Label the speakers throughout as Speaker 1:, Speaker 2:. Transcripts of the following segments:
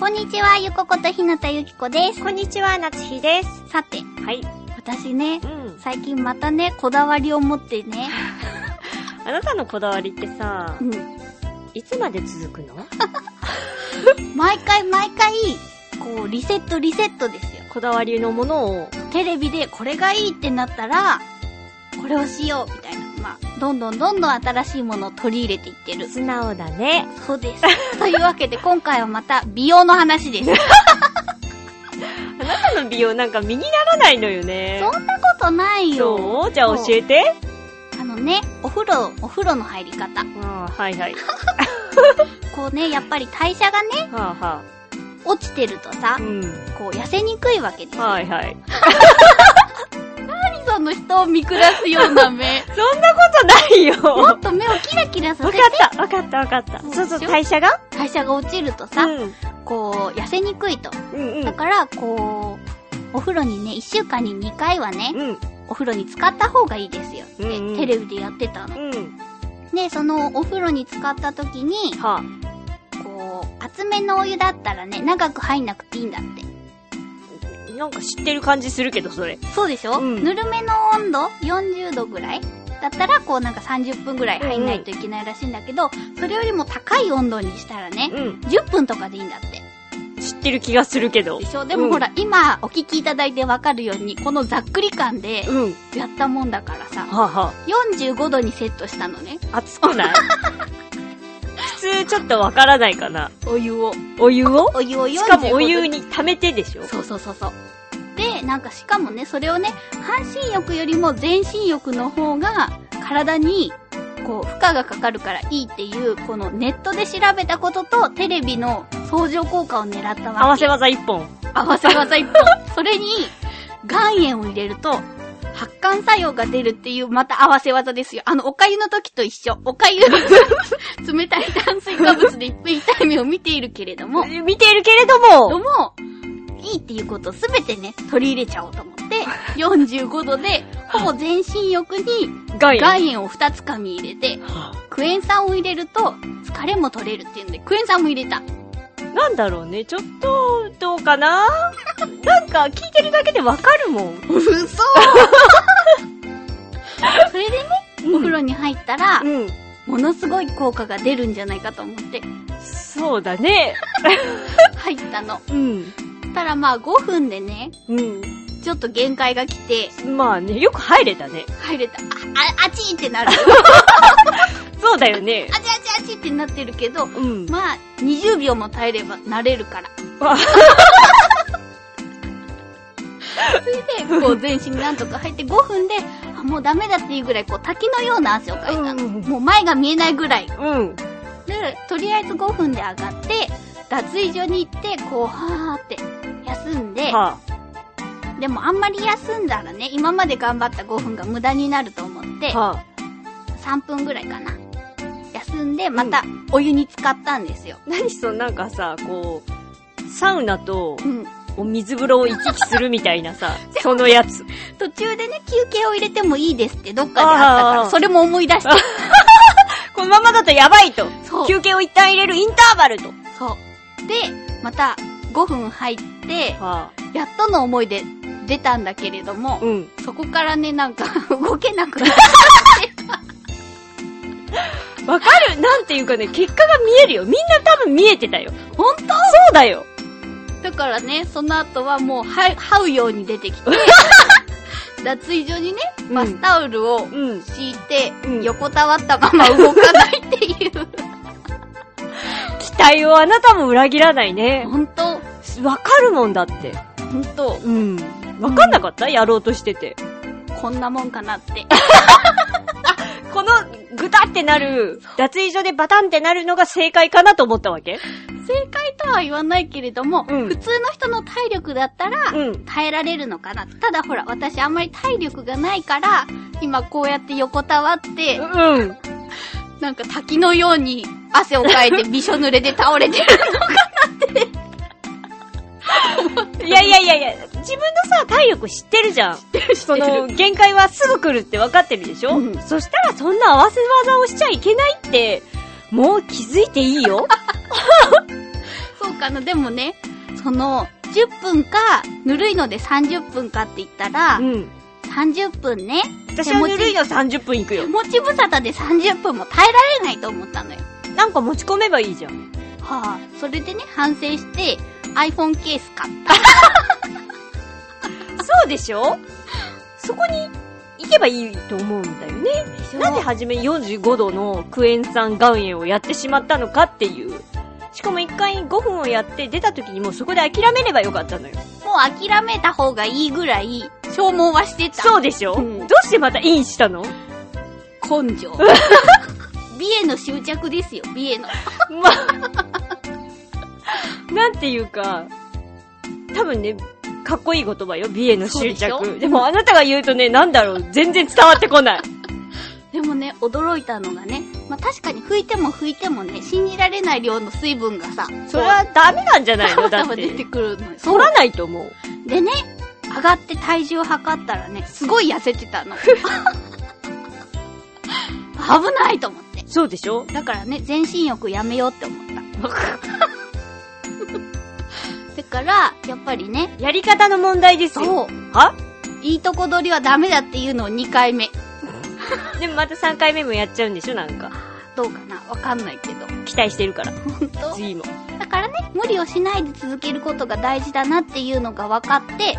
Speaker 1: こんにちはゆこことひなたゆきこです
Speaker 2: こんにちは、夏日です。
Speaker 1: さて
Speaker 2: はい。
Speaker 1: 私ね
Speaker 2: うん。
Speaker 1: 最近またねこだわりを持ってね、
Speaker 2: あなたのこだわりってさ
Speaker 1: う、ん、
Speaker 2: いつまで続くの
Speaker 1: 毎回毎回、こう、リセットリセットですよ。
Speaker 2: こだわりのものを、
Speaker 1: テレビでこれがいいってなったら、これをしよう、みたいな。まあ、どんどんどんどん新しいものを取り入れていってる。
Speaker 2: 素直だね。
Speaker 1: そう です。というわけで、今回はまた美容の話です。
Speaker 2: あなたの美容なんか身にならないのよね。
Speaker 1: そんなことないよ。
Speaker 2: そうじゃあ教えて。
Speaker 1: あのね、お風呂、お風呂の入り方。
Speaker 2: ああ、はいはい。
Speaker 1: こうね、やっぱり代謝がね、
Speaker 2: はあは
Speaker 1: 落ちてるとさ
Speaker 2: あ。う、ん。
Speaker 1: こう、痩せにくいわけです。
Speaker 2: はいはい。
Speaker 1: その人を見下すような 目。
Speaker 2: そんなことないよ。
Speaker 1: も
Speaker 2: わ
Speaker 1: っと目をキラキラさ
Speaker 2: か
Speaker 1: せて、
Speaker 2: った、わかった、わかった。
Speaker 1: そう
Speaker 2: そうそう、
Speaker 1: でしょ
Speaker 2: 代謝が
Speaker 1: 代謝が落ちると
Speaker 2: う
Speaker 1: さ、
Speaker 2: ん。
Speaker 1: こう、痩せにくいと。
Speaker 2: うんう
Speaker 1: だ
Speaker 2: ん。
Speaker 1: から、こう、お風呂にね、1週間に2回はね、
Speaker 2: うん。
Speaker 1: お風呂に使った方がいいですよって、
Speaker 2: うんうん
Speaker 1: テレビでやってたの。
Speaker 2: うん。
Speaker 1: で、そのお風呂に使った時に、
Speaker 2: はあ。
Speaker 1: こう、厚めのお湯だったらね、長く入んなくていいんだって。
Speaker 2: なんか知ってる感じするけど、それ。
Speaker 1: そうでしょ、
Speaker 2: うん
Speaker 1: ぬるめの温度 ?40 度ぐらいだったら、こうなんか30分ぐらい入んないといけないらしいんだけど、それよりも高い温度にしたらね、
Speaker 2: うん。
Speaker 1: 10分とかでいいんだって。
Speaker 2: 知ってる気がするけど
Speaker 1: で。しょでもほら、今お聞きいただいてわかるように、このざっくり感で
Speaker 2: うん。は
Speaker 1: やったもんだからさ、
Speaker 2: あはあ。
Speaker 1: 45度にセットしたのね。
Speaker 2: 熱くない普通ちょっとわからないかな。
Speaker 1: お湯を。
Speaker 2: お湯を
Speaker 1: お湯を45度に。
Speaker 2: しかもお湯。に溜めてでしょ
Speaker 1: そうそうそうそう。で、なんかしかもね、それをね、半身浴よりも全身浴の方が、体に、こう、負荷がかかるからいいっていう、このネットで調べたことと、テレビの相乗効果を狙ったわけ。
Speaker 2: 合わせ技一本。
Speaker 1: 合わせ技一本。それに、岩塩を入れると、発汗作用が出るっていう、また合わせ技ですよ。あの、お粥の時と一緒。お粥、 冷たい炭水化物で一分痛い目を見ているけれども、
Speaker 2: 見ているけれど
Speaker 1: ど
Speaker 2: も、
Speaker 1: も、いいっていうことをすべてね、取り入れちゃおうと思って、45度で、ほぼ全身浴に
Speaker 2: ガイ
Speaker 1: 岩塩を2つ噛み入れて、クエン酸を入れると、疲れも取れるっていうんで、クエン酸も入れた。
Speaker 2: なんだろうね、ちょっと、どうかななんか、聞いてるだけでわかるもん。
Speaker 1: 嘘 それでね、お風呂に入ったら、
Speaker 2: うん。
Speaker 1: ものすごい効果が出るんじゃないかと思って、
Speaker 2: そうだね。
Speaker 1: 入ったの。
Speaker 2: うん。
Speaker 1: たらまあ5分でね、
Speaker 2: うん。
Speaker 1: ちょっと限界が来て、
Speaker 2: まあね、よく入れたね。
Speaker 1: 入れた。あ、あ、あちーって なる。
Speaker 2: そうだよね
Speaker 1: あ。ちあちあちってなってるけど、
Speaker 2: うん。
Speaker 1: まあ、20秒も耐えれば慣れるから。
Speaker 2: あ
Speaker 1: それで、こう全身なんとか入って5分で、あ、もうダメだっていうぐらい、こう滝のような汗をかいたの。
Speaker 2: うん
Speaker 1: もう前が見えないぐらい。
Speaker 2: うん。
Speaker 1: で、とりあえず5分で上がって、脱衣所に行って、こう、はーって休んで、
Speaker 2: は
Speaker 1: でもあんまり休んだらね、今まで頑張った5分が無駄になると思って
Speaker 2: あ、、は
Speaker 1: 3分ぐらいかな。休んで、またお湯に浸かったんですよ。
Speaker 2: あ。何そのなんかさ、こう、サウナと
Speaker 1: う、ん。
Speaker 2: お水風呂を行き来するみたいな さ、そのやつ。
Speaker 1: 途中でね、休憩を入れてもいいですってどっかであったか
Speaker 2: あ
Speaker 1: ら、
Speaker 2: ー
Speaker 1: それも思い出して。
Speaker 2: このままだとやばいと。
Speaker 1: そう。
Speaker 2: 休憩を一旦入れるインターバルと。
Speaker 1: そう。で、また5分入って、
Speaker 2: は
Speaker 1: やっとの思いで出たんだけれど
Speaker 2: あ
Speaker 1: も、
Speaker 2: うん。
Speaker 1: そこからね、なんか 動けなくなっ
Speaker 2: わかるなんていうかね、結果が見えるよ。みんな多分見えてたよ。
Speaker 1: て、ほんと
Speaker 2: そうだよ。
Speaker 1: だからね、その後はもう、は、這うように出てき て、脱衣所にね、
Speaker 2: うん
Speaker 1: バスタオルを
Speaker 2: うん。
Speaker 1: 敷いて、
Speaker 2: うん
Speaker 1: 横たわったまま動かないって いう。
Speaker 2: 期待をあなたも裏切らないね。
Speaker 1: ほんと、ほ
Speaker 2: わかるもんだって。
Speaker 1: んと、
Speaker 2: うん。わかんなかったやろうとしてて。
Speaker 1: こんなもんかなって。
Speaker 2: ここの、ぐたってなる、脱衣所でバタンってなるのが正解かなと思ったわけ
Speaker 1: 正解とは言わないけれども、
Speaker 2: うん
Speaker 1: 普通の人の体力だったら、
Speaker 2: うん。
Speaker 1: 耐えられるのかな。ただほら、私あんまり体力がないから、今こうやって横たわって、
Speaker 2: うん。
Speaker 1: なんか滝のように汗をかいてびしょ濡れで倒れてる。
Speaker 2: いやいやいやいや、自分のさ、体力知ってるじゃん。その、限界はすぐ来るって分かってるでしょ、
Speaker 1: うん
Speaker 2: そしたらそんな合わせ技をしちゃいけないって、もう気づいてい いよ。
Speaker 1: そうかな、でもね、その、10分か、ぬるいので30分かって言ったら、
Speaker 2: うん。
Speaker 1: 30分ね、
Speaker 2: 私はぬるいの30分いくよ。
Speaker 1: 持ち無沙汰で30分も耐えられないと思ったのよ。
Speaker 2: なんか持ち込めばいいじゃん。
Speaker 1: はあ、それでね、反省して、iPhone ケース買っ
Speaker 2: そうでしょそこに行けばいいと思うんだよね。
Speaker 1: たでしょ。
Speaker 2: なぜ初め45度のクエン酸岩塩をやってしまったのかっていう。しかも一回5分をやって出た時にもうそこで諦めればよかったのよ。
Speaker 1: もう諦めた方がいいぐらい、消耗はしてた。
Speaker 2: そうでしょ、
Speaker 1: うん
Speaker 2: どうしてまたインしたの
Speaker 1: 根 性。美への執着ですよ、美への。
Speaker 2: まあ、なんていうか、多分ね、かっこいい言葉よ、美への執
Speaker 1: そう
Speaker 2: 着。
Speaker 1: でし
Speaker 2: で
Speaker 1: ょ
Speaker 2: もあなたが言うとね、なんだろう、全然伝わってこ ない。
Speaker 1: でもね、驚いたのがね、まあ、確かに拭いても拭いてもね、信じられない量の水分がさ、
Speaker 2: それはダメなんじゃな いのだ
Speaker 1: 多
Speaker 2: っ
Speaker 1: 分出て
Speaker 2: て。
Speaker 1: くるのよ。
Speaker 2: 取らないと思う。
Speaker 1: でね、上がって体重測ったらね、すごい痩せてたの。 危ないと思って。
Speaker 2: そうでしょ
Speaker 1: だからね、全身浴やめようって思った。 だから、やっぱりね、
Speaker 2: やり方の問題ですよ。
Speaker 1: そう、
Speaker 2: はい
Speaker 1: いとこ取りはダメだっていうのを2回目。
Speaker 2: でもまた3回目もやっちゃうんでしょなんか。
Speaker 1: どうかなわかんないけど。
Speaker 2: 期待してるから。
Speaker 1: 本当
Speaker 2: 次も。
Speaker 1: だからね、無理をしないで続けることが大事だなっていうのが分かって、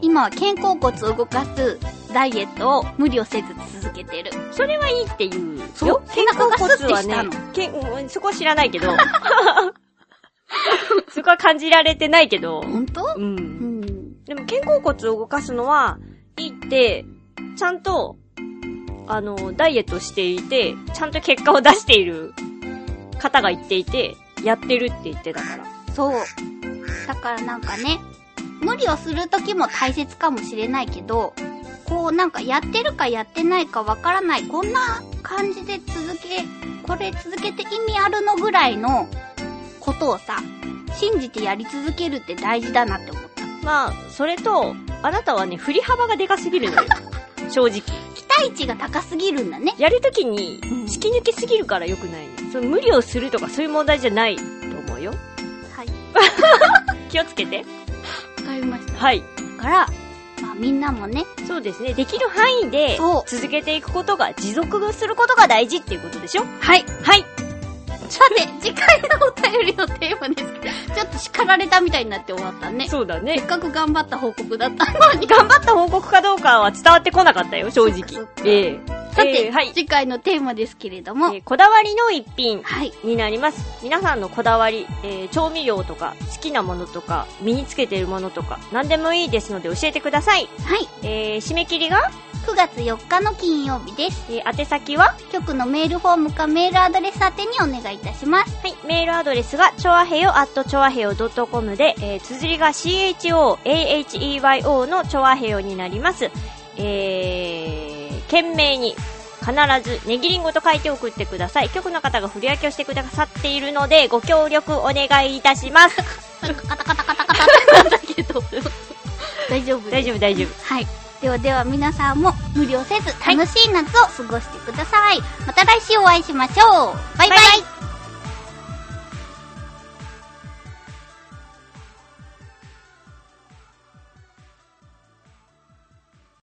Speaker 1: 今は肩甲骨を動かすダイエットを無理をせず続けてる。
Speaker 2: それはいいっていうよ。
Speaker 1: そう背中がスッてしたの
Speaker 2: 肩甲骨はね、けんそこは知らないけど。 そこは感じられてないけど。
Speaker 1: 本当
Speaker 2: う。
Speaker 1: うんん。
Speaker 2: でも肩甲骨を動かすのは、いいって、ちゃんと、あの、ダイエットしていて、ちゃんと結果を出している方が言っていて、やってるって言ってたから。
Speaker 1: そう。だからなんかね、無理をする時も大切かもしれないけど、こうなんかやってるかやってないかわからない、こんな感じで続け、これ続けて意味あるのぐらいのことをさ、信じてやり続けるって大事だなって思った。
Speaker 2: まあ、それと、あなたはね、振り幅がでかすぎるのよ。正直。
Speaker 1: 期待値が高すぎるんだね。
Speaker 2: やるときに
Speaker 1: うん
Speaker 2: 突き抜けすぎるから良くないね。その無理をするとかそういう問題じゃないと思うよ。
Speaker 1: はい。
Speaker 2: 気をつけて。
Speaker 1: わかりました。
Speaker 2: はい。
Speaker 1: だから、まあみんなもね、
Speaker 2: そうですね。できる範囲で
Speaker 1: そう
Speaker 2: 続けていくことが、持続することが大事っていうことでしょ
Speaker 1: はい。
Speaker 2: はい。
Speaker 1: さて、次回のお便りのテーマですけど、ちょっと叱られたみたいになって終わったね。
Speaker 2: そうだ
Speaker 1: せっ
Speaker 2: ね。
Speaker 1: かく頑張った報告だったのに。
Speaker 2: 頑張った報告かどうかは伝わってこなかったよ、正直
Speaker 1: そっかそっか。
Speaker 2: ええ
Speaker 1: さて、
Speaker 2: ええはい。
Speaker 1: 次回のテーマですけれども、
Speaker 2: えーこだわりの一品
Speaker 1: はい。
Speaker 2: になります。皆さんのこだわり、えー調味料とか、好きなものとか、身につけてるものとか、何でもいいですので教えてください。
Speaker 1: はい。
Speaker 2: えー、締め切りが、
Speaker 1: 9月4日の金曜日です。
Speaker 2: えー、宛先は、
Speaker 1: 局のメールフォームかメールアドレス宛てにお願いいたします。
Speaker 2: はい、メールアドレスが、ちょわへよ at ちょわへよ .com で、えー、綴りが CHOAHEYO のちょわへよになります。えー、懸命に、必ず、ねぎりんごと書いて送ってください。局の方が振り分けをしてくださっているので、ご協力お願いいたします。
Speaker 1: カ タカタカタカタカタってなんだけど。大丈夫
Speaker 2: 大丈夫、大丈夫。
Speaker 1: はい。ではでは皆さんも無理をせず楽しい夏を過ごしてください。また来週お会いしましょう。バイバイ。
Speaker 2: バイバイ